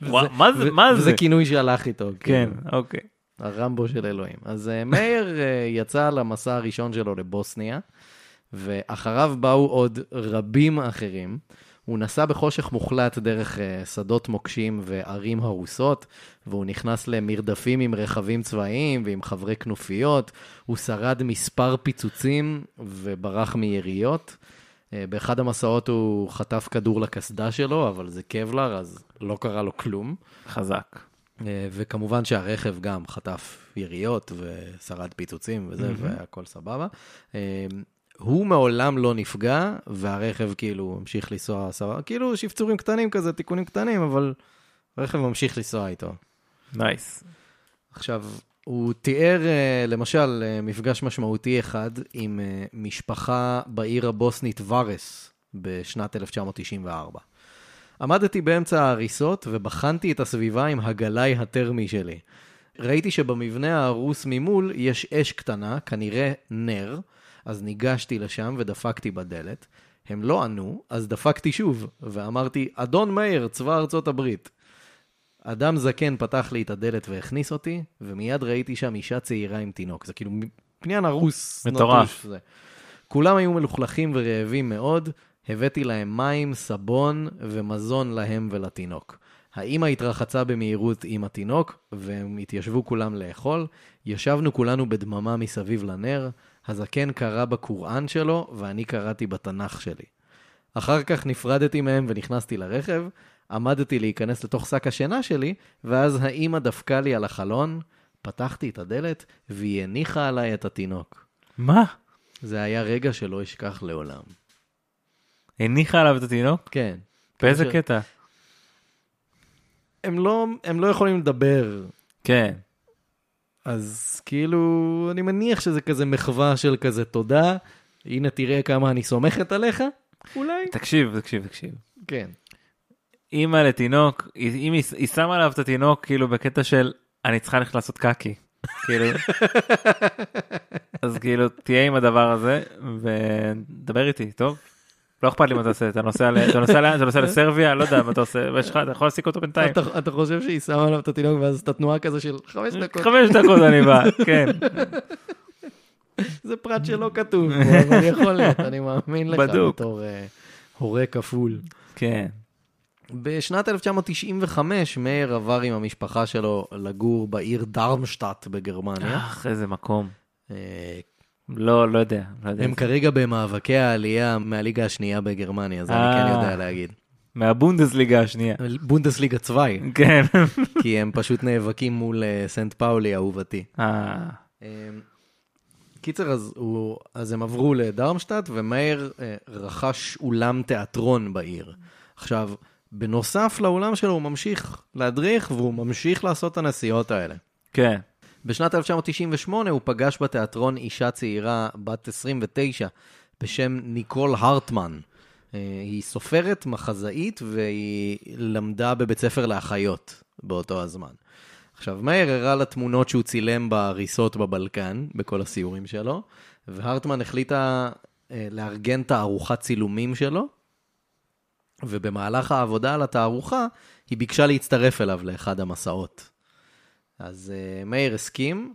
וואו, מה זה? ו- מה זה? וזה כינוי שהלך איתו. כן, כאילו, אוקיי. הרמבו של אלוהים. אז אה, מאיר אה, יצא למסע הראשון שלו לבוסניה, ואחריו באו עוד רבים אחרים. הוא נסע בחושך מוחלט דרך אה, שדות מוקשים וערים הרוסות, והוא נכנס למרדפים עם רכבים צבאיים ועם חברי כנופיות. הוא שרד מספר פיצוצים וברח מיריות. אה, באחד המסעות הוא חטף כדור לקסדה שלו, אבל זה קבלר, אז לא קרה לו כלום. חזק. אה, וכמובן שהרכב גם חטף יריות ושרד פיצוצים וזה, והכל סבבה. אה, הוא מעולם לא נפגע, והרכב כאילו המשיך לנסוע סבבה, כאילו שפצורים קטנים כזה, תיקונים קטנים, אבל הרכב ממשיך לנסוע איתו. נייס. עכשיו, הוא תיאר אה, למשל אה, מפגש משמעותי אחד עם אה, משפחה בעיר הבוסנית וארס בשנת 1994. עמדתי באמצע ההריסות ובחנתי את הסביבה עם הגלאי הטרמי שלי. ראיתי שבמבנה ההרוס ממול יש אש קטנה, כנראה נר, אז ניגשתי לשם ודפקתי בדלת. הם לא ענו, אז דפקתי שוב, ואמרתי, אדון מאיר, צבא ארצות הברית. אדם זקן פתח לי את הדלת והכניס אותי, ומיד ראיתי שם אישה צעירה עם תינוק. זה כאילו בניין הרוס. מטורף. נטוש, זה. כולם היו מלוכלכים ורעבים מאוד, הבאתי להם מים, סבון ומזון להם ולתינוק. האימא התרחצה במהירות עם התינוק, והם התיישבו כולם לאכול. ישבנו כולנו בדממה מסביב לנר, הזקן קרא בקוראן שלו, ואני קראתי בתנ"ך שלי. אחר כך נפרדתי מהם ונכנסתי לרכב, עמדתי להיכנס לתוך שק השינה שלי, ואז האימא דפקה לי על החלון, פתחתי את הדלת, והיא הניחה עליי את התינוק. מה? זה היה רגע שלא אשכח לעולם. הניחה עליו את התינוק? כן. באיזה ש- קטע? הם לא, הם לא יכולים לדבר, כן. אז כאילו, אני מניח שזה כזה מחווה של כזה תודה, הנה תראה כמה אני סומכת עליך, אולי. תקשיב, תקשיב, תקשיב. כן. אימא לתינוק, היא, אם היא, היא שמה עליו את התינוק כאילו בקטע של אני צריכה ללכת לעשות קקי. כאילו, אז כאילו תהיה עם הדבר הזה ודבר איתי, טוב? לא אכפת לי מה אתה עושה, אתה נוסע, ל, אתה נוסע לאן? אתה נוסע לסרביה? לא יודע מה אתה עושה, מה יש לך, אתה יכול להעסיק אותו בינתיים. אתה, אתה חושב שהיא שמה עליו את התינוק ואז את התנועה כזה של חמש דקות, חמש דקות אני בא, כן, זה פרט שלא כתוב, פה, אבל יכול להיות, אני מאמין לך בדוק. בתור אה, הורה כפול. כן. בשנת 1995 מאיר עבר עם המשפחה שלו לגור בעיר דרמשטט בגרמניה. אך, איזה מקום. אה, לא, לא יודע. לא יודע. הם כרגע במאבקי העלייה מהליגה השנייה בגרמניה, זה אני כן אה. יודע להגיד. מהבונדסליגה השנייה. בונדסליגה צווי, כן. כי הם פשוט נאבקים מול אה, סנט פאולי אהובתי. אה, אמ, קיצר, אז, הוא, אז הם עברו לדרמשטט, ומאיר אה, רכש אולם תיאטרון בעיר. עכשיו, בנוסף לאולם שלו, הוא ממשיך להדריך, והוא ממשיך לעשות את הנסיעות האלה. כן. בשנת 1998 הוא פגש בתיאטרון אישה צעירה בת 29 בשם ניקול הרטמן. אה, היא סופרת, מחזאית, והיא למדה בבית ספר לאחיות באותו הזמן. עכשיו, מאיר הראה לה תמונות שהוא צילם בהריסות בבלקן, בכל הסיורים שלו, והרטמן החליטה אה, לארגן תערוכת צילומים שלו, ובמהלך העבודה על התערוכה, היא ביקשה להצטרף אליו לאחד המסעות. אז uh, מאיר הסכים,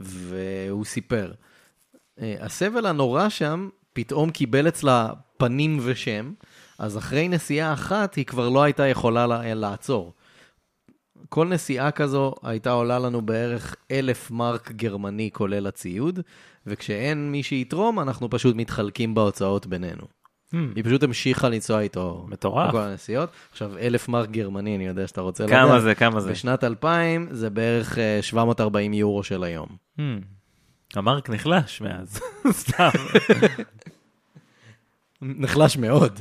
והוא סיפר. Uh, הסבל הנורא שם פתאום קיבל אצלה פנים ושם, אז אחרי נסיעה אחת היא כבר לא הייתה יכולה לה, לעצור. כל נסיעה כזו הייתה עולה לנו בערך אלף מרק גרמני כולל הציוד, וכשאין מי שיתרום, אנחנו פשוט מתחלקים בהוצאות בינינו. היא פשוט המשיכה לנסוע איתו. מטורף. בכל הנסיעות. עכשיו, אלף מרק גרמני, אני יודע שאתה רוצה לדעת. כמה זה, כמה זה. בשנת 2000 זה בערך אה, 740 יורו של היום. Hmm. המרק נחלש מאז, סתם. נחלש מאוד.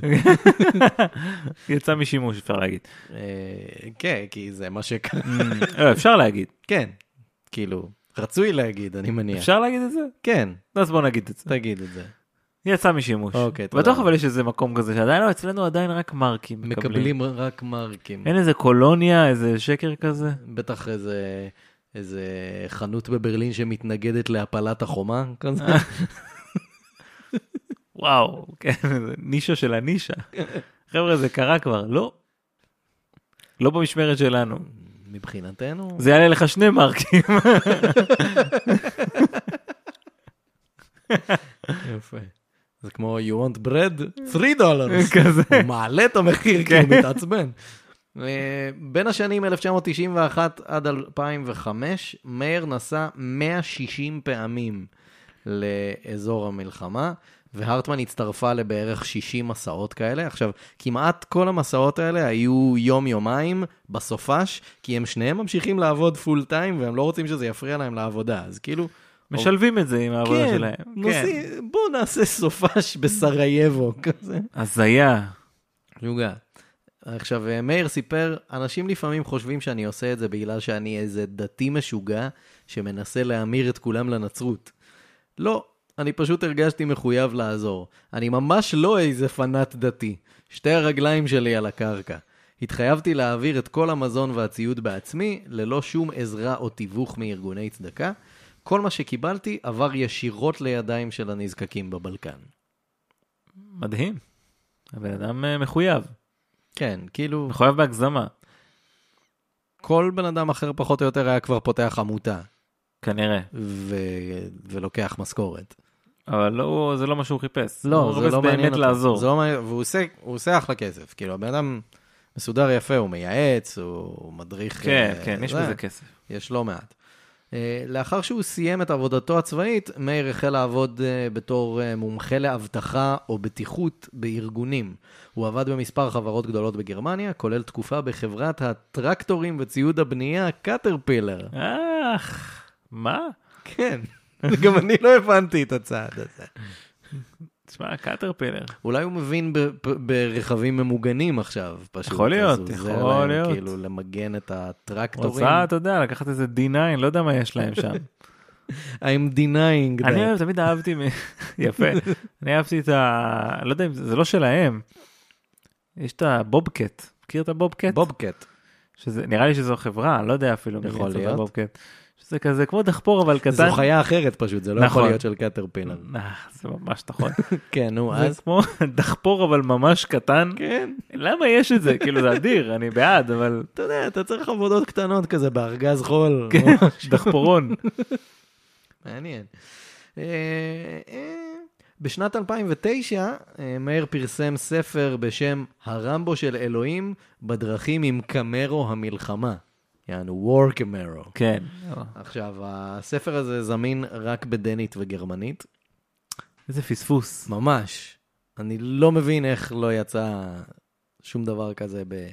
יצא משימוש, אפשר להגיד. כן, כי זה מה שקרה. Hmm. לא, אפשר להגיד. כן, כאילו, רצוי להגיד, אני מניח. אפשר להגיד את זה? כן, אז בוא נגיד את זה. תגיד את זה. יצא משימוש. אוקיי, תודה. בטוח אבל יש איזה מקום כזה שעדיין לא, אצלנו עדיין רק מרקים מקבלים. מקבלים רק מרקים. אין איזה קולוניה, איזה שקר כזה? בטח איזה... איזה חנות בברלין שמתנגדת להפלת החומה כזה. וואו, כן, זה נישה של הנישה. חבר'ה, זה קרה כבר, לא. לא במשמרת שלנו. מבחינתנו, זה יעלה לך שני מרקים. יפה. זה כמו you want bread? 3 דולרס. כזה. הוא מעלה את המחיר כי כן. הוא מתעצבן. אה, בין השנים 1991 עד 2005, מאיר נסע 160 פעמים לאזור המלחמה, והרטמן הצטרפה לבערך 60 מסעות כאלה. עכשיו, כמעט כל המסעות האלה היו יום-יומיים בסופש, כי הם שניהם ממשיכים לעבוד פול טיים, והם לא רוצים שזה יפריע להם לעבודה, אז כאילו... משלבים את זה עם העבודה שלהם. כן, נוסעים- בואו נעשה סופש בסרייבו, כזה. כן. הזיה. משוגע. עכשיו, אה, מאיר סיפר, אנשים לפעמים חושבים שאני עושה את זה בגלל שאני איזה דתי משוגע שמנסה להמיר את כולם לנצרות. לא, אני פשוט הרגשתי מחויב לעזור. אני ממש לא איזה פנאט דתי. שתי הרגליים שלי על הקרקע. התחייבתי להעביר את כל המזון והציוד בעצמי, ללא שום עזרה או תיווך מארגוני צדקה. כל מה שקיבלתי עבר ישירות לידיים של הנזקקים בבלקן. מדהים. הבן אדם אה, מחויב. כן, כאילו... מחויב בהגזמה, כל בן אדם אחר פחות או יותר היה כבר פותח עמותה כנראה. ו... ולוקח משכורת. אבל לא, זה לא מה שהוא חיפש. לא, הוא זה חיפש לא מעניין באמת אותו. לעזור. זה לא מעניין, והוא עושה, הוא עושה אחלה כסף. כאילו, הבן אדם מסודר יפה, הוא מייעץ, הוא הוא מדריך... כן, אה, כן, יש זה. בזה כסף. יש לא מעט. אה, לאחר שהוא סיים את עבודתו הצבאית, מאיר החל לעבוד אה, בתור אה, מומחה לאבטחה או בטיחות בארגונים. הוא עבד במספר חברות גדולות בגרמניה, כולל תקופה בחברת הטרקטורים וציוד הבנייה, קטרפילר. אך, מה? כן, גם אני לא הבנתי את הצעד הזה. תשמע, קטרפילר. אולי הוא מבין ב- ב- ברכבים ממוגנים עכשיו, פשוט. יכול להיות, אז הוא עוזר יכול להם להיות. כאילו למגן את הטרקטורים. רוצה, אתה יודע, לקחת איזה D9, לא יודע מה יש להם שם. I'm denying אני that. אוהב, תמיד אהבתי, מ- יפה, אני אהבתי את ה... לא יודע אם זה זה לא שלהם. יש את הבובקט, מכיר את הבובקט? בובקט. שזה, נראה לי שזו חברה, אני לא יודע אפילו מי יכול יצר את להיות. הבובקט. שזה כזה כמו דחפור אבל קטן. זו חיה אחרת פשוט, זה לא יכול נכון. להיות של קטרפילר. אה, זה ממש נכון. כן, נו, אז. זה כמו דחפור אבל ממש קטן. כן. למה יש את זה? כאילו זה אדיר, אני בעד, אבל אתה יודע, אתה צריך עבודות קטנות כזה בארגז חול. דחפורון. מעניין. אה, אה, בשנת 2009, אה, מאיר פרסם ספר בשם הרמבו של אלוהים בדרכים עם קמרו המלחמה. יענו, War Camaro. כן. עכשיו, הספר הזה זמין רק בדנית וגרמנית. איזה פספוס. ממש. אני לא מבין איך לא יצא שום דבר כזה ב...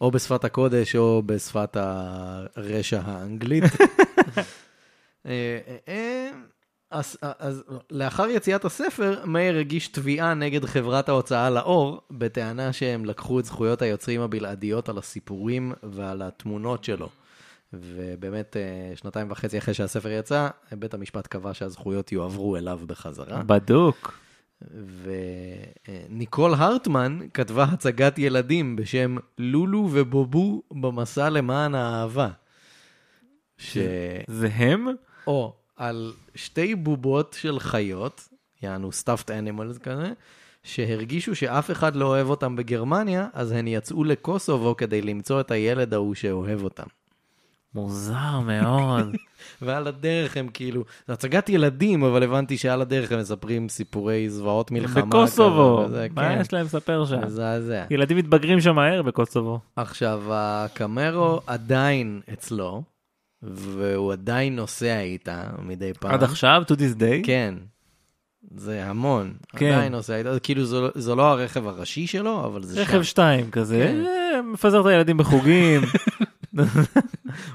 או בשפת הקודש או בשפת הרשע האנגלית. אה, אה, אה, אז, אז לאחר יציאת הספר, מאיר הגיש תביעה נגד חברת ההוצאה לאור, בטענה שהם לקחו את זכויות היוצרים הבלעדיות על הסיפורים ועל התמונות שלו. ובאמת, אה, שנתיים וחצי אחרי שהספר יצא, בית המשפט קבע שהזכויות יועברו אליו בחזרה. בדוק. וניקול הרטמן כתבה הצגת ילדים בשם לולו ובובו במסע למען האהבה. ש... זה הם? או על שתי בובות של חיות, יענו stuffed animals כזה, שהרגישו שאף אחד לא אוהב אותם בגרמניה, אז הן יצאו לקוסובו כדי למצוא את הילד ההוא שאוהב אותם. מוזר מאוד. ועל הדרך הם כאילו, זו הצגת ילדים, אבל הבנתי שעל הדרך הם מספרים סיפורי זוועות מלחמה. בקוסובו, כזה, וזה, מה כן. יש להם לספר שם? מזעזע. ילדים מתבגרים שם מהר בקוסובו. עכשיו, הקמרו עדיין אצלו, והוא עדיין נוסע איתה מדי פעם. עד עכשיו, to this day? כן. זה המון. כן. כן. עדיין נוסע איתו, זה כאילו זה לא- זה לא הרכב הראשי שלו, אבל זה שם. רכב שתיים כזה, כן. אה, מפזר את הילדים בחוגים,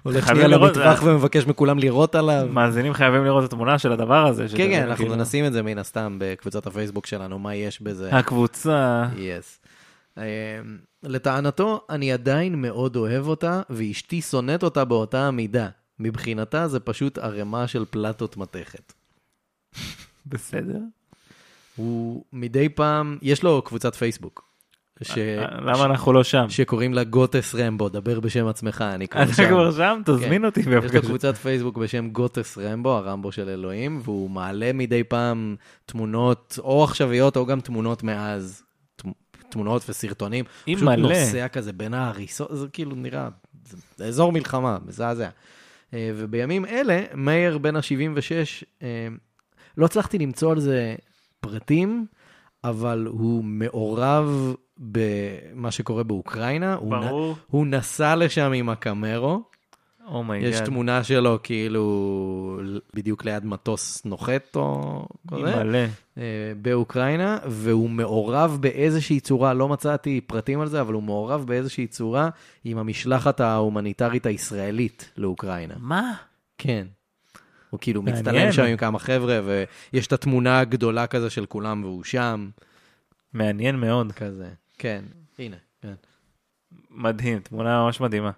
הולך חייבים שנייה לראות- אה. למטווח ומבקש מכולם לירות עליו. מאזינים חייבים לראות את התמונה של הדבר הזה. כן, שזה כן, אנחנו כאילו- אה. נשים את זה מן הסתם בקבוצת הפייסבוק שלנו, מה יש בזה. הקבוצה, יס. אמ, לטענתו, אני עדיין מאוד אוהב אותה, ואשתי שונאת אותה באותה המידה. מבחינתה זה פשוט ערימה של פלטות מתכת. בסדר? הוא מדי פעם, יש לו קבוצת פייסבוק. ש... אה, למה אנחנו לא שם? שקוראים לה גוטס רמבו, דבר בשם עצמך, אני כבר אתה שם. כבר שם? תזמין כן. אותי יש לו בבקשה. קבוצת פייסבוק בשם גוטס רמבו, הרמבו של אלוהים, והוא מעלה מדי פעם תמונות או עכשוויות או גם תמונות מאז. ת- תמונות וסרטונים. היא פשוט מלא. נוסע כזה בין ההריסות, זה כאילו נראה, זה, זה אזור מלחמה, מזעזע. אה, ובימים אלה, מאיר בן ה-76, אה, לא הצלחתי למצוא על זה פרטים, אבל הוא מעורב במה שקורה באוקראינה. הוא נ- ברור. הוא נסע לשם עם הקמרו. יש אומייגאד. תמונה שלו כאילו בדיוק ליד מטוס נוחת או כזה, מלא. אה, באוקראינה, והוא מעורב באיזושהי צורה, לא מצאתי פרטים על זה, אבל הוא מעורב באיזושהי צורה עם המשלחת ההומניטרית הישראלית לאוקראינה. מה? כן. הוא כאילו מעניין. מצטלם שם עם כמה חבר'ה, ויש את התמונה הגדולה כזה של כולם והוא שם, מעניין מאוד. כזה. כן, הנה, כן. מדהים, תמונה ממש מדהימה.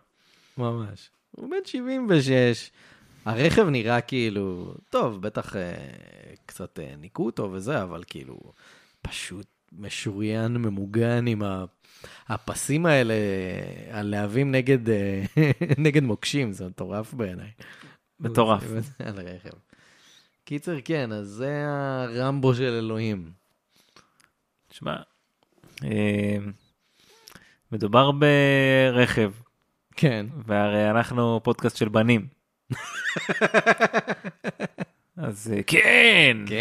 ממש. הוא בן 76. הרכב נראה כאילו, טוב, בטח אה, קצת אה, ניקו אותו וזה, אבל כאילו, פשוט משוריין, ממוגן עם ה- הפסים האלה, הלהבים נגד, אה, נגד מוקשים, זה מטורף בעיניי. מטורף. על הרכב. קיצר, כן, אז זה הרמבו של אלוהים. תשמע, אה, מדובר ברכב, כן. והרי אנחנו פודקאסט של בנים. אז אה, כן, כן.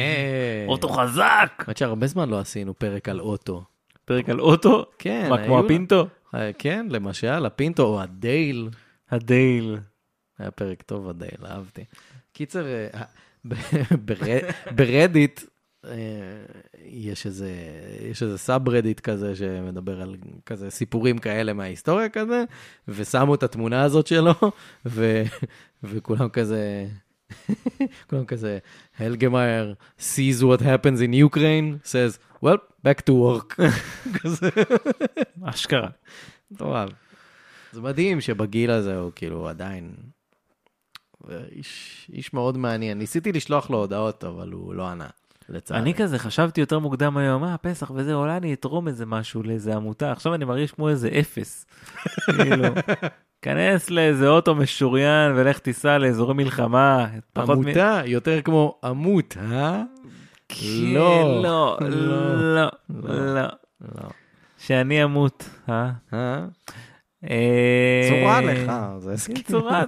אוטו חזק, האמת שהרבה זמן לא עשינו פרק על אוטו. פרק על אוטו, כן, מה כמו היו- הפינטו? אה, כן, למשל, הפינטו או הדייל. הדייל. היה פרק טוב הדייל, אהבתי. קיצר, אה, אה, ב- בר- ברדיט אה, יש איזה, יש איזה סאב רדיט כזה שמדבר על כזה סיפורים כאלה מההיסטוריה כזה, ושמו את התמונה הזאת שלו, ו, וכולם כזה, כולם כזה, הלגמאייר sees what happens in Ukraine, says, well, back to work. כזה. אשכרה. מטורף. זה מדהים שבגיל הזה הוא כאילו עדיין... איש, איש מאוד מעניין. ניסיתי לשלוח לו הודעות, אבל הוא לא ענה, לצערי. אני כזה חשבתי יותר מוקדם היום, אה, פסח וזה, אולי אני אתרום איזה משהו לאיזה עמותה, עכשיו אני מרגיש כמו איזה אפס. כאילו, כנס לאיזה אוטו משוריין ולך תיסע לאזורי מלחמה. פחות מ- עמותה, יותר כמו עמות, אה? כן, לא, לא, לא, לא, לא. לא. שאני אמות, אה? אה? אה, צורה לך, זה כן, הסכים. צורה.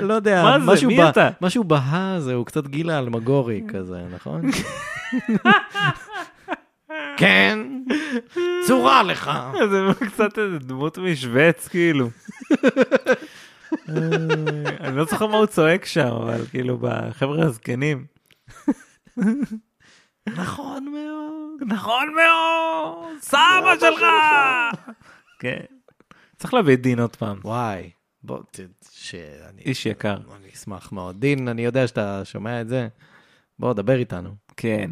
לא יודע, מה זה? משהו מי ב- אתה? משהו בהא הזה, הוא קצת גילה אלמגורי כזה, נכון? כן, צורה לך. זה קצת איזה דמות משווץ כאילו. אה, אני לא זוכר מה הוא צועק שם, אבל כאילו בחבר'ה הזקנים. נכון מאוד. נכון מאוד, סבא שלך! כן. צריך להביא את דין עוד פעם, וואי, בוא, ת- שאני איש יקר. אני אשמח מאוד. דין, אני יודע שאתה שומע את זה, בוא, דבר איתנו. כן.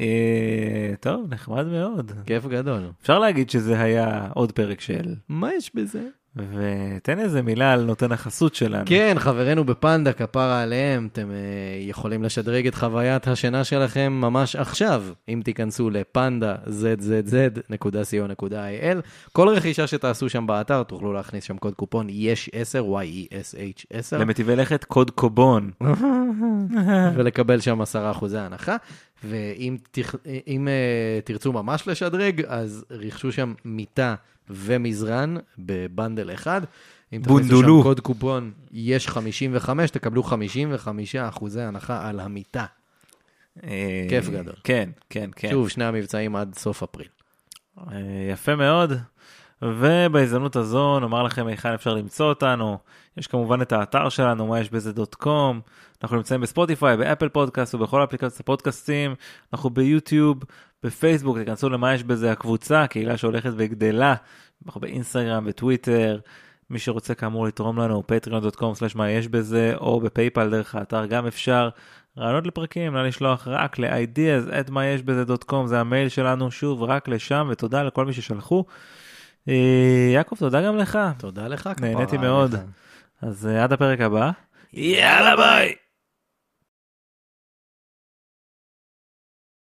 אה, טוב, נחמד מאוד. כיף גדול. אפשר להגיד שזה היה עוד פרק של, מה יש בזה? ותן איזה מילה על נותן החסות שלנו. כן, חברינו בפנדה, כפרה עליהם, אתם אה, יכולים לשדרג את חוויית השינה שלכם ממש עכשיו, אם תיכנסו לפנדה zzz.co.il. כל רכישה שתעשו שם באתר, תוכלו להכניס שם קוד קופון יש e 10, y-e-s-h 10, למטיבי לכת קוד קובון. ולקבל שם 10 אחוזי הנחה. ואם תכ... אם, אה, תרצו ממש לשדרג, אז רכשו שם מיטה ומזרן בבנדל אחד. אם תכניסו בונדולו. שם קוד קופון יש 55, תקבלו 55 אחוזי הנחה על המיטה. אה, כיף גדול. כן, כן, כן. שוב, שני המבצעים עד סוף אפריל. אה, יפה מאוד. ובהזדמנות הזו נאמר לכם היכן אפשר למצוא אותנו. יש כמובן את האתר שלנו, מה יש בזה דוט קום. אנחנו נמצאים בספוטיפיי, באפל פודקאסט ובכל אפליקציות הפודקאסטים. אנחנו ביוטיוב, בפייסבוק, תיכנסו למה יש בזה הקבוצה, קהילה שהולכת וגדלה. אנחנו באינסטגרם, בטוויטר. מי שרוצה כאמור לתרום לנו, patreon.com/מה יש בזה, או בפייפל דרך האתר גם אפשר. רעיונות לפרקים, נא לשלוח רק ל-ideas at מה יש בזה דוט קום, זה המייל שלנו, שוב, רק לשם, ותודה לכל מי ששלחו. אה, יעקב, תודה גם לך. תודה לך, כפרה. נהניתי מאוד. עליך. אז אה, עד הפרק הבא. יאללה ביי!